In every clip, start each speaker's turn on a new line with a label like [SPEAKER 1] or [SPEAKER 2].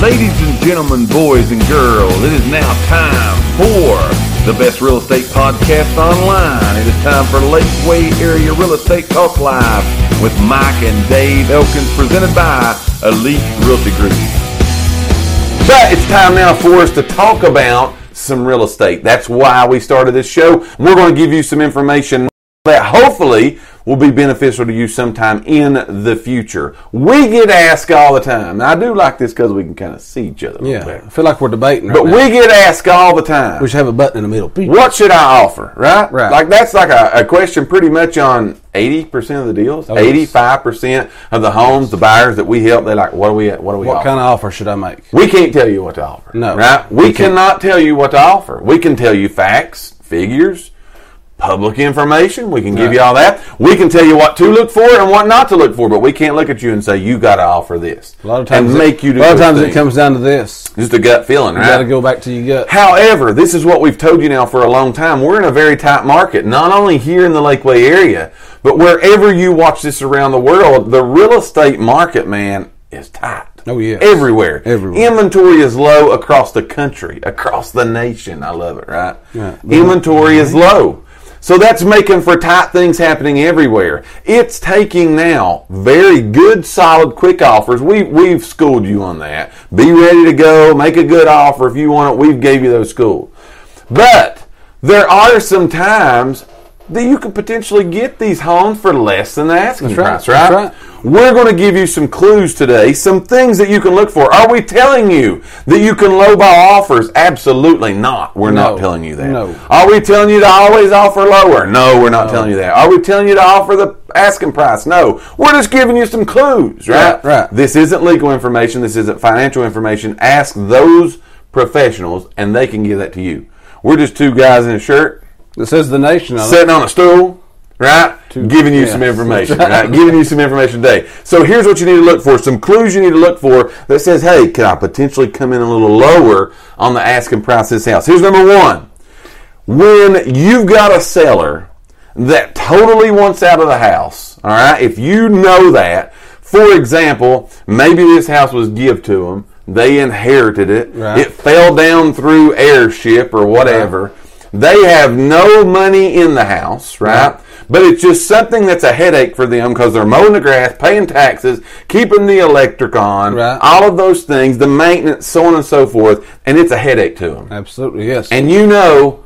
[SPEAKER 1] Ladies and gentlemen, boys and girls, it is now time for the best real estate podcast online. It is time for Lakeway Area Real Estate Talk Live with Mike and Dave Elkins, presented by Elite Realty Group. But it's time now for us to talk about some real estate. That's why we started this show. We're going to give you some information that hopefully will be beneficial to you sometime in the future. We get asked all the time. Now, I do like this because we can kind of see each other. a little
[SPEAKER 2] Yeah,
[SPEAKER 1] better.
[SPEAKER 2] I feel like we're debating. Right
[SPEAKER 1] But
[SPEAKER 2] now.
[SPEAKER 1] we get asked all the time.
[SPEAKER 2] we should have a button in the middle.
[SPEAKER 1] What should I offer? Right?
[SPEAKER 2] Right.
[SPEAKER 1] Like that's like a, a question pretty much on eighty percent of the deals.
[SPEAKER 2] Oh, yes.
[SPEAKER 1] Eighty five percent of the homes, the buyers that we help, they're like, What do we what do we
[SPEAKER 2] What
[SPEAKER 1] offer?
[SPEAKER 2] kind of offer should I make?
[SPEAKER 1] we can't tell you what to offer.
[SPEAKER 2] No.
[SPEAKER 1] Right? We,
[SPEAKER 2] We can't.
[SPEAKER 1] cannot tell you what to offer. We can tell you facts, figures, public information. We can give
[SPEAKER 2] Right.
[SPEAKER 1] you all that. We can tell you what to look for and what not to look for, but we can't look at you and say, You gotta offer this.
[SPEAKER 2] A lot of times,
[SPEAKER 1] and
[SPEAKER 2] it-
[SPEAKER 1] make you do
[SPEAKER 2] a lot of
[SPEAKER 1] this
[SPEAKER 2] times
[SPEAKER 1] thing.
[SPEAKER 2] it comes down to this.
[SPEAKER 1] just a gut feeling, right?
[SPEAKER 2] You got to go back to your gut.
[SPEAKER 1] However, this is what we've told you now for a long time. We're in a very tight market, not only here in the Lakeway area, but wherever you watch this around the world, the real estate market, man, is tight.
[SPEAKER 2] Oh, yes.
[SPEAKER 1] Everywhere.
[SPEAKER 2] Everywhere.
[SPEAKER 1] Inventory is low across the country, across the nation. I love it, right?
[SPEAKER 2] Yeah.
[SPEAKER 1] Inventory is low. So that's making for tight things happening everywhere. It's taking now very good, solid, quick offers. We we've schooled you on that. Be ready to go. Make a good offer if you want it. We've gave you those school. But there are some times that you can potentially get these homes for less than the asking
[SPEAKER 2] That's right.
[SPEAKER 1] price, right?
[SPEAKER 2] That's right.
[SPEAKER 1] We're going to give you some clues today, some things that you can look for. Are we telling you that you can lowball offers? Absolutely not. We're
[SPEAKER 2] No.
[SPEAKER 1] not telling you that.
[SPEAKER 2] No.
[SPEAKER 1] Are we telling you to always offer lower? No, we're not telling you that. Are we telling you to offer the asking price? No. We're just giving you some clues, right?
[SPEAKER 2] Right, right.
[SPEAKER 1] This isn't legal information. This isn't financial information. Ask those professionals, and they can give that to you. We're just two guys in a shirt
[SPEAKER 2] It says the nation. on it.
[SPEAKER 1] sitting on a stool, right? giving you
[SPEAKER 2] yeah.
[SPEAKER 1] some information,
[SPEAKER 2] That's
[SPEAKER 1] right.
[SPEAKER 2] right.
[SPEAKER 1] Giving you some information today. So here's what you need to look for: some clues you need to look for that says, "Hey, can I potentially come in a little lower on the asking price of this house?" Here's number one: when you've got a seller that totally wants out of the house, all right, if you know that, for example, maybe this house was give to them, they inherited it,
[SPEAKER 2] Right.
[SPEAKER 1] it fell down through airship or whatever. They have no money in the house, right? But it's just something that's a headache for them because they're mowing the grass, paying taxes, keeping the electric on,
[SPEAKER 2] Right.
[SPEAKER 1] all of those things, the maintenance, so on and so forth, and it's a headache to them
[SPEAKER 2] Absolutely, yes.
[SPEAKER 1] and you know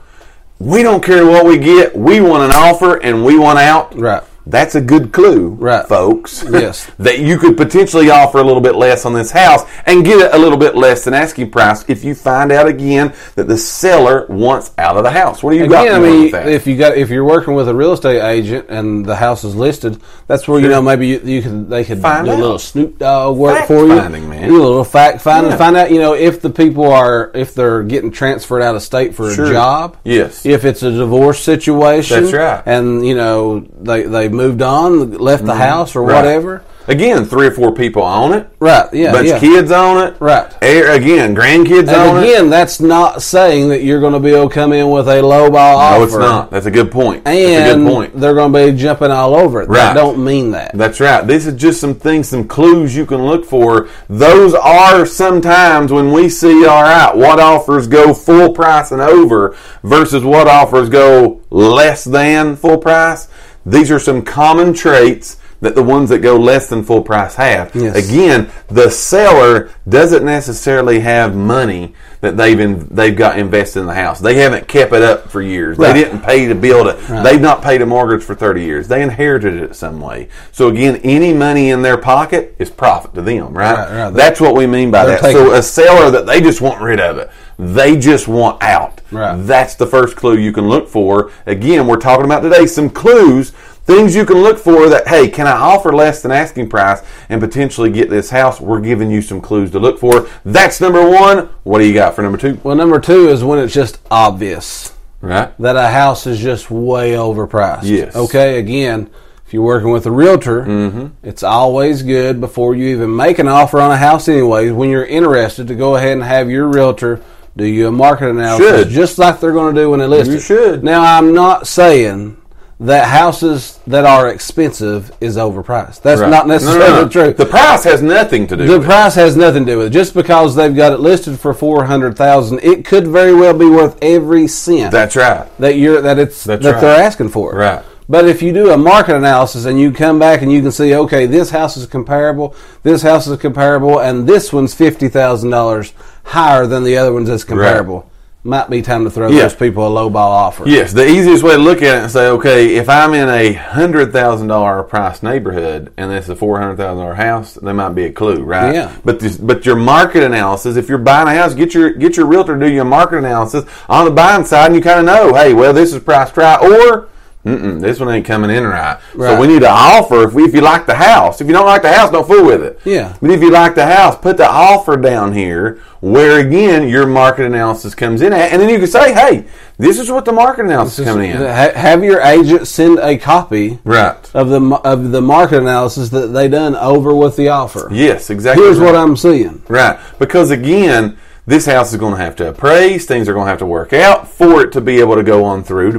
[SPEAKER 1] we don't care what we get we want an offer and we want out
[SPEAKER 2] Right.
[SPEAKER 1] that's a good clue
[SPEAKER 2] Right.
[SPEAKER 1] folks
[SPEAKER 2] Yes.
[SPEAKER 1] that you could potentially offer a little bit less on this house and get it a little bit less than asking price if you find out again that the seller wants out of the house what do you got
[SPEAKER 2] Again, I
[SPEAKER 1] more with
[SPEAKER 2] mean,
[SPEAKER 1] that?
[SPEAKER 2] if you got if you're working with a real estate agent and the house is listed, that's where you know maybe you, you could they could
[SPEAKER 1] Find
[SPEAKER 2] do
[SPEAKER 1] out.
[SPEAKER 2] a little snoop dog work
[SPEAKER 1] Fact
[SPEAKER 2] for you,
[SPEAKER 1] finding, man.
[SPEAKER 2] do a little fact finding,
[SPEAKER 1] Yeah.
[SPEAKER 2] find out you know if the people are if they're getting transferred out of state for
[SPEAKER 1] Sure.
[SPEAKER 2] a job,
[SPEAKER 1] Yes.
[SPEAKER 2] if it's a divorce situation,
[SPEAKER 1] That's right. Mm-hmm.
[SPEAKER 2] and you know they they moved on, left the house or
[SPEAKER 1] Right.
[SPEAKER 2] whatever,
[SPEAKER 1] again three or four people own it
[SPEAKER 2] right? Yeah,
[SPEAKER 1] bunch
[SPEAKER 2] yeah.
[SPEAKER 1] of kids own it
[SPEAKER 2] Right.
[SPEAKER 1] Air, again grandkids own
[SPEAKER 2] And
[SPEAKER 1] it
[SPEAKER 2] again, that's not saying that you're going to be able to come in with a low ball offer.
[SPEAKER 1] no it's not that's a good point that's a
[SPEAKER 2] And
[SPEAKER 1] good point
[SPEAKER 2] they're going to be jumping all over it.
[SPEAKER 1] Right.
[SPEAKER 2] That don't mean that.
[SPEAKER 1] That's right. This is just some things, some clues you can look for. Those are sometimes when we see, all right, what offers go full price and over versus what offers go less than full price. These are some common traits that the ones that go less than full price have.
[SPEAKER 2] Yes.
[SPEAKER 1] Again, the seller doesn't necessarily have money that they've in, they've got invested in the house. They haven't kept it up for years.
[SPEAKER 2] Right.
[SPEAKER 1] They didn't pay to build it. They've not paid a mortgage for 30 years. They inherited it some way. So again, any money in their pocket is profit to them, right?
[SPEAKER 2] Right, right.
[SPEAKER 1] That's what we mean by
[SPEAKER 2] They're
[SPEAKER 1] that.
[SPEAKER 2] taking
[SPEAKER 1] So
[SPEAKER 2] it.
[SPEAKER 1] a seller that they just want rid of it. They just want out.
[SPEAKER 2] Right.
[SPEAKER 1] That's the first clue you can look for. Again, we're talking about today some clues, things you can look for that, hey, can I offer less than asking price and potentially get this house? We're giving you some clues to look for. That's number one. What do you got for number two?
[SPEAKER 2] Well, number two is when it's just obvious
[SPEAKER 1] Right.
[SPEAKER 2] that a house is just way overpriced.
[SPEAKER 1] Yes. Mm-hmm.
[SPEAKER 2] Okay, again, if you're working with a realtor, it's always good before you even make an offer on a house, anyways, when you're interested, to go ahead and have your realtor do you a market analysis
[SPEAKER 1] Should.
[SPEAKER 2] just like they're going to do when they list
[SPEAKER 1] You
[SPEAKER 2] it.
[SPEAKER 1] should.
[SPEAKER 2] Now, I'm not saying that houses that are expensive is overpriced. That's
[SPEAKER 1] Right.
[SPEAKER 2] not
[SPEAKER 1] No, no,
[SPEAKER 2] necessarily
[SPEAKER 1] no.
[SPEAKER 2] true.
[SPEAKER 1] The price has nothing to do
[SPEAKER 2] The
[SPEAKER 1] with
[SPEAKER 2] price has nothing to do with it. Just because they've got it listed for four hundred thousand, it could very well be worth every cent
[SPEAKER 1] it. That's right.
[SPEAKER 2] that you're that it's
[SPEAKER 1] That's
[SPEAKER 2] that
[SPEAKER 1] right.
[SPEAKER 2] they're asking for.
[SPEAKER 1] Right.
[SPEAKER 2] But if you do a market analysis and you come back and you can see, okay, this house is comparable, this house is comparable, and this one's fifty thousand dollars higher than the other ones that's comparable. Might be time to throw
[SPEAKER 1] Yeah.
[SPEAKER 2] those people a lowball offer.
[SPEAKER 1] Yes, the easiest way to look at it and say, okay, if I'm in a hundred thousand dollar price neighborhood and this is a four hundred thousand dollar house, that might be a clue, right?
[SPEAKER 2] Yeah.
[SPEAKER 1] But this, but your market analysis, if you're buying a house, get your get your realtor to do your market analysis on the buying side, and you kind of know, hey, well, this is priced right, or Mm-mm, this one ain't coming in right. So
[SPEAKER 2] Right.
[SPEAKER 1] we need to offer if we, if you like the house. If you don't like the house, don't fool with it.
[SPEAKER 2] Yeah.
[SPEAKER 1] But if you like the house, put the offer down here where again your market analysis comes in at, and then you can say, "Hey, this is what the market analysis is coming in."
[SPEAKER 2] Ha- have your agent send a copy
[SPEAKER 1] Right.
[SPEAKER 2] of the m- of the market analysis that they done over with the offer.
[SPEAKER 1] Yes, exactly.
[SPEAKER 2] Here's
[SPEAKER 1] right.
[SPEAKER 2] what I'm seeing.
[SPEAKER 1] Right. Because again, this house is going to have to appraise, things are going to have to work out for it to be able to go on through to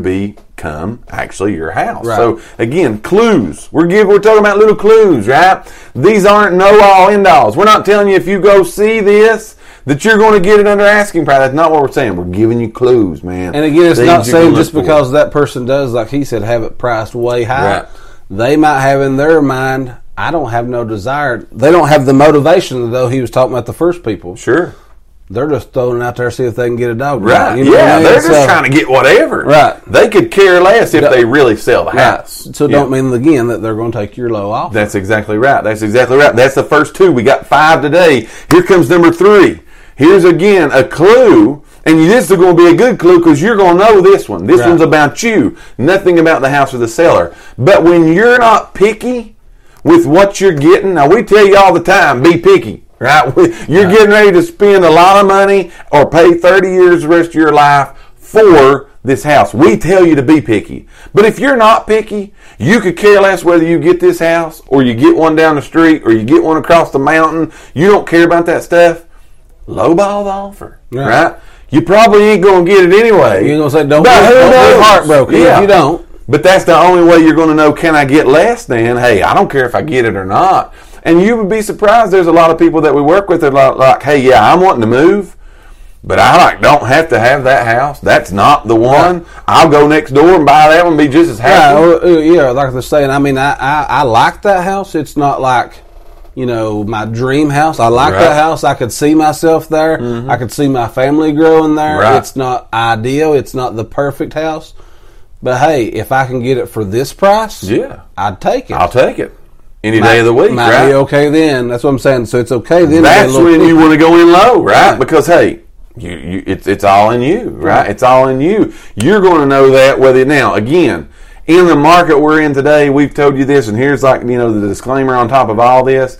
[SPEAKER 1] become actually your house.
[SPEAKER 2] Right.
[SPEAKER 1] So again, clues. We're give, we're talking about little clues, right? These aren't no all end alls. We're not telling you if you go see this that you're going to get it under asking price. That's not what we're saying. Weing. We're giving you clues, man.
[SPEAKER 2] And again, it's
[SPEAKER 1] Things
[SPEAKER 2] not
[SPEAKER 1] you can
[SPEAKER 2] saying
[SPEAKER 1] look
[SPEAKER 2] just
[SPEAKER 1] for.
[SPEAKER 2] because that person does, like he said, have it priced way high.
[SPEAKER 1] Right.
[SPEAKER 2] They might have in their mind, I don't have no desire. They don't have the motivation, though he was talking about the first people.
[SPEAKER 1] Sure.
[SPEAKER 2] They're just throwing it out there, see if they can get a dog.
[SPEAKER 1] Right.
[SPEAKER 2] You know what
[SPEAKER 1] yeah,
[SPEAKER 2] I mean?
[SPEAKER 1] they're just
[SPEAKER 2] So-
[SPEAKER 1] trying to get whatever.
[SPEAKER 2] Right.
[SPEAKER 1] They could care less if they really sell the
[SPEAKER 2] Right.
[SPEAKER 1] house.
[SPEAKER 2] uh, So
[SPEAKER 1] Yeah.
[SPEAKER 2] don't mean again that they're going to take your low off.
[SPEAKER 1] That's exactly right. That's exactly right. That's the first two. We got five today. Here comes number three. Here's again a clue. And this is going to be a good clue because you're going to know this one. This
[SPEAKER 2] Right.
[SPEAKER 1] one's about you, nothing about the house or the seller. But when you're not picky with what you're getting, now we tell you all the time be picky, right? You're getting ready to spend a lot of money or pay 30 years the rest of your life for this house. We tell you to be picky. But if you're not picky, you could care less whether you get this house or you get one down the street or you get one across the mountain. You don't care about that stuff. Lowball the offer,
[SPEAKER 2] Yeah.
[SPEAKER 1] right? You probably ain't going to get it anyway.
[SPEAKER 2] You're gonna say, "Don't
[SPEAKER 1] But
[SPEAKER 2] be-
[SPEAKER 1] who
[SPEAKER 2] don't be
[SPEAKER 1] knows?"
[SPEAKER 2] heartbroken if you don't.
[SPEAKER 1] But that's the only way you're going to know can I get less than, hey, I don't care if I get it or not. And you would be surprised there's a lot of people that we work with that are like, like, hey, yeah, I'm wanting to move, but I like don't have to have that house. That's not the one. I'll go next door and buy that one and be just as
[SPEAKER 2] Yeah,
[SPEAKER 1] happy.
[SPEAKER 2] or, uh, yeah, like they're saying. I mean, I, I I like that house. It's not like you know my dream house. I like
[SPEAKER 1] Right. Mm-hmm.
[SPEAKER 2] that house. I could see myself there. I could see my family growing there.
[SPEAKER 1] Right.
[SPEAKER 2] It's not ideal. It's not the perfect house. But hey, if I can get it for this price,
[SPEAKER 1] Yeah.
[SPEAKER 2] I'd take it.
[SPEAKER 1] I'll take it any day of the week,
[SPEAKER 2] Might
[SPEAKER 1] right?
[SPEAKER 2] be okay then. That's what I'm saying. So it's okay then. to get a
[SPEAKER 1] That's
[SPEAKER 2] little
[SPEAKER 1] when you want to go in low, right?
[SPEAKER 2] Right.
[SPEAKER 1] Because hey, you, you it's it's all in you, right? It's all in you. You're going to know that whether now again in the market we're in today, we've told you this, and here's like you know the disclaimer on top of all this.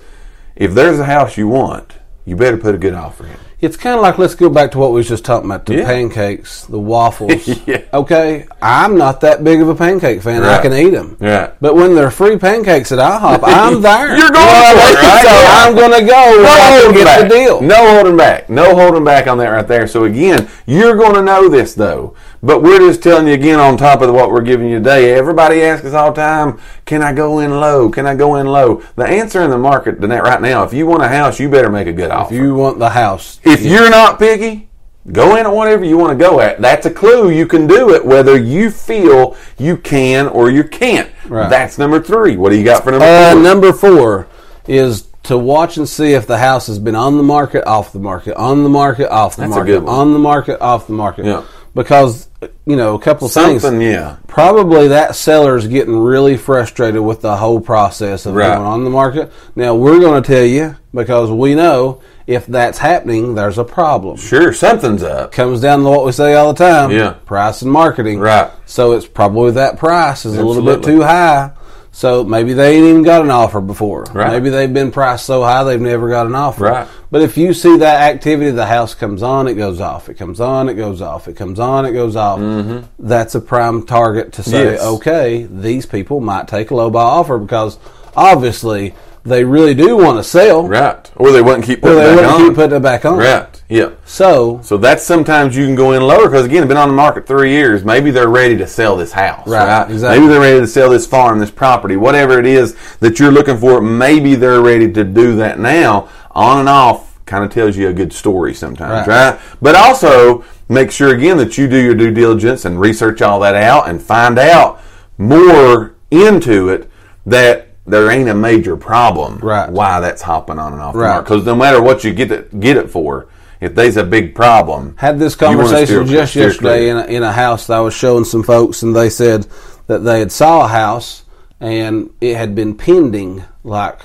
[SPEAKER 1] If there's a house you want, you better put a good offer in.
[SPEAKER 2] It's kind of like let's go back to what we was just talking about the
[SPEAKER 1] Yeah.
[SPEAKER 2] pancakes, the waffles.
[SPEAKER 1] Yeah.
[SPEAKER 2] Okay, I'm not that big of a pancake fan.
[SPEAKER 1] Right.
[SPEAKER 2] I can eat them.
[SPEAKER 1] Right.
[SPEAKER 2] But when they're free pancakes at IHOP, I'm there.
[SPEAKER 1] You're going for it, right?
[SPEAKER 2] So
[SPEAKER 1] Yeah.
[SPEAKER 2] I'm going to go. if I can get the deal.
[SPEAKER 1] No holding back. No holding back on that right there. So again, you're going to know this though. But we're just telling you again on top of what we're giving you today. Everybody asks us all the time, "Can I go in low? Can I go in low?" The answer in the market to that right now, if you want a house, you better make a good offer.
[SPEAKER 2] If you want the house,
[SPEAKER 1] If you're not picky, go in at whatever you want to go at. That's a clue. You can do it whether you feel you can or you can't.
[SPEAKER 2] Right.
[SPEAKER 1] That's number three. What do you got for number
[SPEAKER 2] Uh,
[SPEAKER 1] four?
[SPEAKER 2] number four is to watch and see if the house has been on the market, off the market, on the market, off the
[SPEAKER 1] That's a
[SPEAKER 2] market,
[SPEAKER 1] good one.
[SPEAKER 2] on the market, off the market.
[SPEAKER 1] Yeah.
[SPEAKER 2] Because you know a couple things.
[SPEAKER 1] Something, yeah.
[SPEAKER 2] probably that seller's getting really frustrated with the whole process of
[SPEAKER 1] Right.
[SPEAKER 2] going on the market. Now we're going to tell you because we know if that's happening, there's a problem.
[SPEAKER 1] Sure, something's up.
[SPEAKER 2] Comes down to what we say all the time:
[SPEAKER 1] Yeah.
[SPEAKER 2] price and marketing.
[SPEAKER 1] Right.
[SPEAKER 2] So it's probably that price is a little bit
[SPEAKER 1] Absolutely.
[SPEAKER 2] too high. So maybe they ain't even got an offer before.
[SPEAKER 1] Right.
[SPEAKER 2] Maybe they've been priced so high they've never got an offer.
[SPEAKER 1] Right.
[SPEAKER 2] But if you see that activity, the house comes on, it goes off, it comes on, it goes off, it comes on, it goes off. That's a prime target to say,
[SPEAKER 1] Mm-hmm. Yes.
[SPEAKER 2] okay, these people might take a low buy offer because obviously they really do want to sell,
[SPEAKER 1] Right. Or they wouldn't keep
[SPEAKER 2] or
[SPEAKER 1] putting
[SPEAKER 2] they
[SPEAKER 1] it back
[SPEAKER 2] wouldn't
[SPEAKER 1] on.
[SPEAKER 2] keep putting it back on.
[SPEAKER 1] right. Yeah.
[SPEAKER 2] So
[SPEAKER 1] So that's sometimes you can go in lower because again, it's been on the market three years. Maybe they're ready to sell this house.
[SPEAKER 2] Right, exactly.
[SPEAKER 1] Maybe they're ready to sell this farm, this property, whatever it is that you're looking for. Maybe they're ready to do that now. On and off kind of tells you a good story sometimes, right?
[SPEAKER 2] Right.
[SPEAKER 1] But also make sure again that you do your due diligence and research all that out and find out more into it that there ain't a major problem.
[SPEAKER 2] Right.
[SPEAKER 1] Why that's hopping on and off the
[SPEAKER 2] Right.
[SPEAKER 1] market. Because no matter what you get it get it for, if there's a big problem,
[SPEAKER 2] had this
[SPEAKER 1] you wanna
[SPEAKER 2] conversation
[SPEAKER 1] steer-
[SPEAKER 2] just
[SPEAKER 1] steer
[SPEAKER 2] yesterday
[SPEAKER 1] clear.
[SPEAKER 2] in a, in a house that I was showing some folks, and they said that they had saw a house and it had been pending like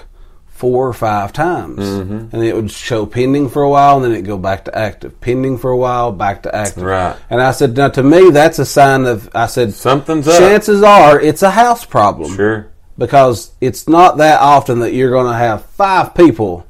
[SPEAKER 2] four or five times,
[SPEAKER 1] Mm-hmm.
[SPEAKER 2] and it would show pending for a while, and then it'd go back to active, pending for a while, back to active.
[SPEAKER 1] Right.
[SPEAKER 2] And I said, now to me, that's a sign of I said
[SPEAKER 1] Something's up.
[SPEAKER 2] chances are it's a house problem
[SPEAKER 1] Sure.
[SPEAKER 2] because it's not that often that you're going to have five people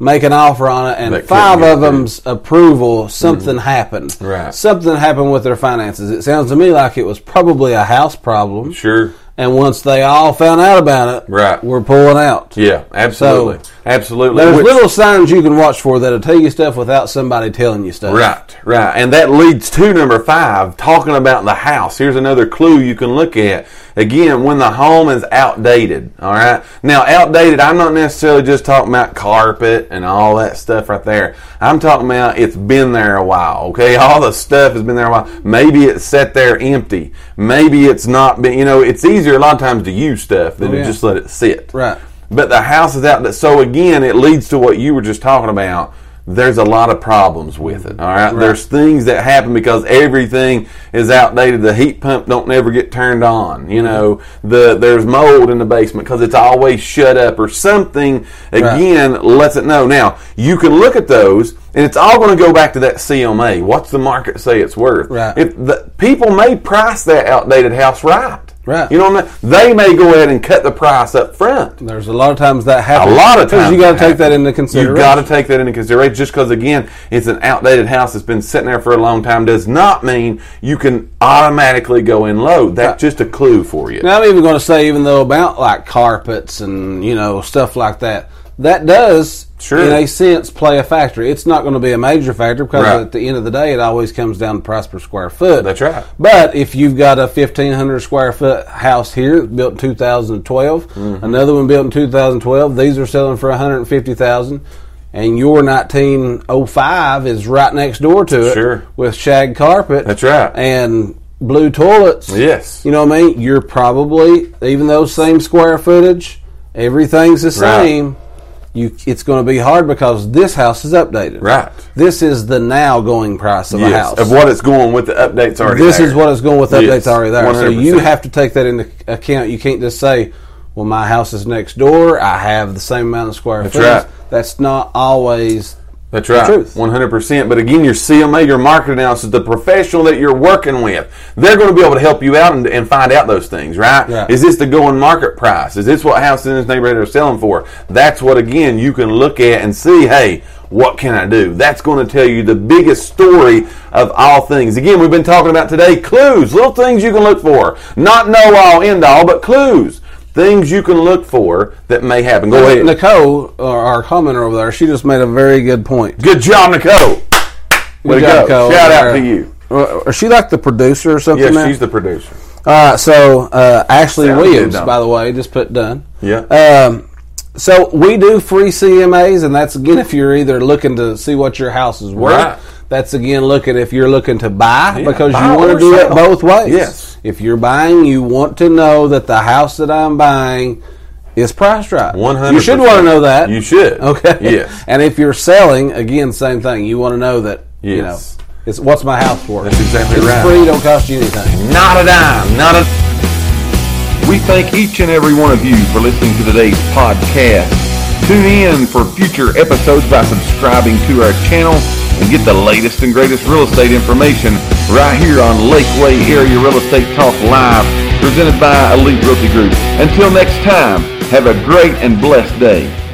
[SPEAKER 2] make an offer on it and
[SPEAKER 1] That couldn't
[SPEAKER 2] five
[SPEAKER 1] get Mm-hmm.
[SPEAKER 2] of them's approval something happened
[SPEAKER 1] Right.
[SPEAKER 2] something happened with their finances it sounds to me like it was probably a house problem
[SPEAKER 1] Sure.
[SPEAKER 2] and once they all found out about it
[SPEAKER 1] Right.
[SPEAKER 2] we're pulling out
[SPEAKER 1] Yeah, absolutely.
[SPEAKER 2] So,
[SPEAKER 1] absolutely.
[SPEAKER 2] there's
[SPEAKER 1] Which-
[SPEAKER 2] little signs you can watch for that'll tell you stuff without somebody telling you stuff
[SPEAKER 1] Right, right. And that leads to number five, talking about the house. Here's another clue you can look at. Again, when the home is outdated, all right? Now, outdated, I'm not necessarily just talking about carpet and all that stuff right there. I'm talking about it's been there a while, okay? All the stuff has been there a while. Maybe it's sat there empty. Maybe it's not been, you know, it's easier a lot of times to use stuff than
[SPEAKER 2] Oh,
[SPEAKER 1] to
[SPEAKER 2] yeah.
[SPEAKER 1] just let it sit.
[SPEAKER 2] Right.
[SPEAKER 1] But the house is out. So again, it leads to what you were just talking about. There's a lot of problems with it. All right? There's things that happen because everything is outdated. The heat pump don't ever get turned on. You know,
[SPEAKER 2] Mm-hmm.
[SPEAKER 1] the there's mold in the basement because it's always shut up or something. Again, lets it know. Now you can look at those, and it's all going to go back to that CMA. What's the market say it's worth?
[SPEAKER 2] Right.
[SPEAKER 1] If the people may price that outdated house right.
[SPEAKER 2] Right.
[SPEAKER 1] You know what I mean? They may go ahead and cut the price up front.
[SPEAKER 2] there's a lot of times that happens
[SPEAKER 1] A lot of
[SPEAKER 2] because
[SPEAKER 1] times
[SPEAKER 2] you got to
[SPEAKER 1] it
[SPEAKER 2] take that
[SPEAKER 1] happens.
[SPEAKER 2] into consideration
[SPEAKER 1] You got to take that into consideration. Just because again, it's an outdated house that's been sitting there for a long time does not mean you can automatically go in low. That's just a clue for you.
[SPEAKER 2] Now, I'm even going to say, even though about like carpets and you know stuff like that, that does
[SPEAKER 1] Sure.
[SPEAKER 2] in a sense play a factor. It's not going to be a major factor because
[SPEAKER 1] Right.
[SPEAKER 2] at the end of the day, it always comes down to price per square foot.
[SPEAKER 1] That's right.
[SPEAKER 2] But if you've got a 1,500 square foot house here built in 2012,
[SPEAKER 1] Mm-hmm.
[SPEAKER 2] another one built in 2012, these are selling for 150,000. And your 1905 is right next door to it
[SPEAKER 1] Sure.
[SPEAKER 2] with shag carpet.
[SPEAKER 1] That's right.
[SPEAKER 2] And blue toilets.
[SPEAKER 1] Yes.
[SPEAKER 2] You know what I mean? You're probably even though same square footage, everything's the
[SPEAKER 1] Right.
[SPEAKER 2] same. You, it's going to be hard because this house is updated.
[SPEAKER 1] Right.
[SPEAKER 2] This is the now going price of a
[SPEAKER 1] Yes,
[SPEAKER 2] house.
[SPEAKER 1] of what it's going with the updates already.
[SPEAKER 2] this
[SPEAKER 1] is
[SPEAKER 2] is what it's going with updates
[SPEAKER 1] Yes,
[SPEAKER 2] already there. So you
[SPEAKER 1] 100%.
[SPEAKER 2] have to take that into account. You can't just say, "Well, my house is next door. I have the same amount of square
[SPEAKER 1] That's
[SPEAKER 2] footage."
[SPEAKER 1] right.
[SPEAKER 2] That's not always
[SPEAKER 1] That's right.
[SPEAKER 2] truth.
[SPEAKER 1] 100%. But again, your CMA, your market analysis, the professional that you're working with, they're going to be able to help you out and, and find out those things, right?
[SPEAKER 2] Right.
[SPEAKER 1] Is this the going market price? Is this what houses in this neighborhood are selling for? That's what, again, you can look at and see, hey, what can I do? That's going to tell you the biggest story of all things. Again, we've been talking about today clues, little things you can look for. Not know all, end all, but clues. Things you can look for that may happen. Go ahead.
[SPEAKER 2] Nicole, or our commenter over there. She just made a very good point.
[SPEAKER 1] Good job, Nicole. Way to
[SPEAKER 2] Good job,
[SPEAKER 1] go.
[SPEAKER 2] Cole.
[SPEAKER 1] Shout out to
[SPEAKER 2] Yeah.
[SPEAKER 1] you.
[SPEAKER 2] Uh, Is she like the producer or something?
[SPEAKER 1] Yeah,
[SPEAKER 2] now?
[SPEAKER 1] she's the producer.
[SPEAKER 2] All right, so uh, Ashley
[SPEAKER 1] Sounds
[SPEAKER 2] Williams,
[SPEAKER 1] good, though.
[SPEAKER 2] by the way, just put done.
[SPEAKER 1] Yeah.
[SPEAKER 2] Um, so we do free CMAs, and that's again if you're either looking to see what your house is worth.
[SPEAKER 1] Right.
[SPEAKER 2] That's again looking if you're looking to buy
[SPEAKER 1] Yeah,
[SPEAKER 2] because
[SPEAKER 1] buy
[SPEAKER 2] you want
[SPEAKER 1] or
[SPEAKER 2] to do
[SPEAKER 1] sell.
[SPEAKER 2] it both ways.
[SPEAKER 1] Yes.
[SPEAKER 2] If you're buying, you want to know that the house that I'm buying is priced right.
[SPEAKER 1] One hundred.
[SPEAKER 2] You should want to know that.
[SPEAKER 1] You should.
[SPEAKER 2] Okay.
[SPEAKER 1] Yes.
[SPEAKER 2] And if you're selling, again, same thing. You want to know that. You know,
[SPEAKER 1] Yes.
[SPEAKER 2] it's what's my house worth.
[SPEAKER 1] That's exactly
[SPEAKER 2] it's
[SPEAKER 1] right.
[SPEAKER 2] Free don't cost you anything.
[SPEAKER 1] Not a dime. Not a.
[SPEAKER 3] We thank each and every one of you for listening to today's podcast. Tune in for future episodes by subscribing to our channel and get the latest and greatest real estate information right here on Lakeway Area Real Estate Talk Live, presented by Elite Realty Group. Until next time, have a great and blessed day.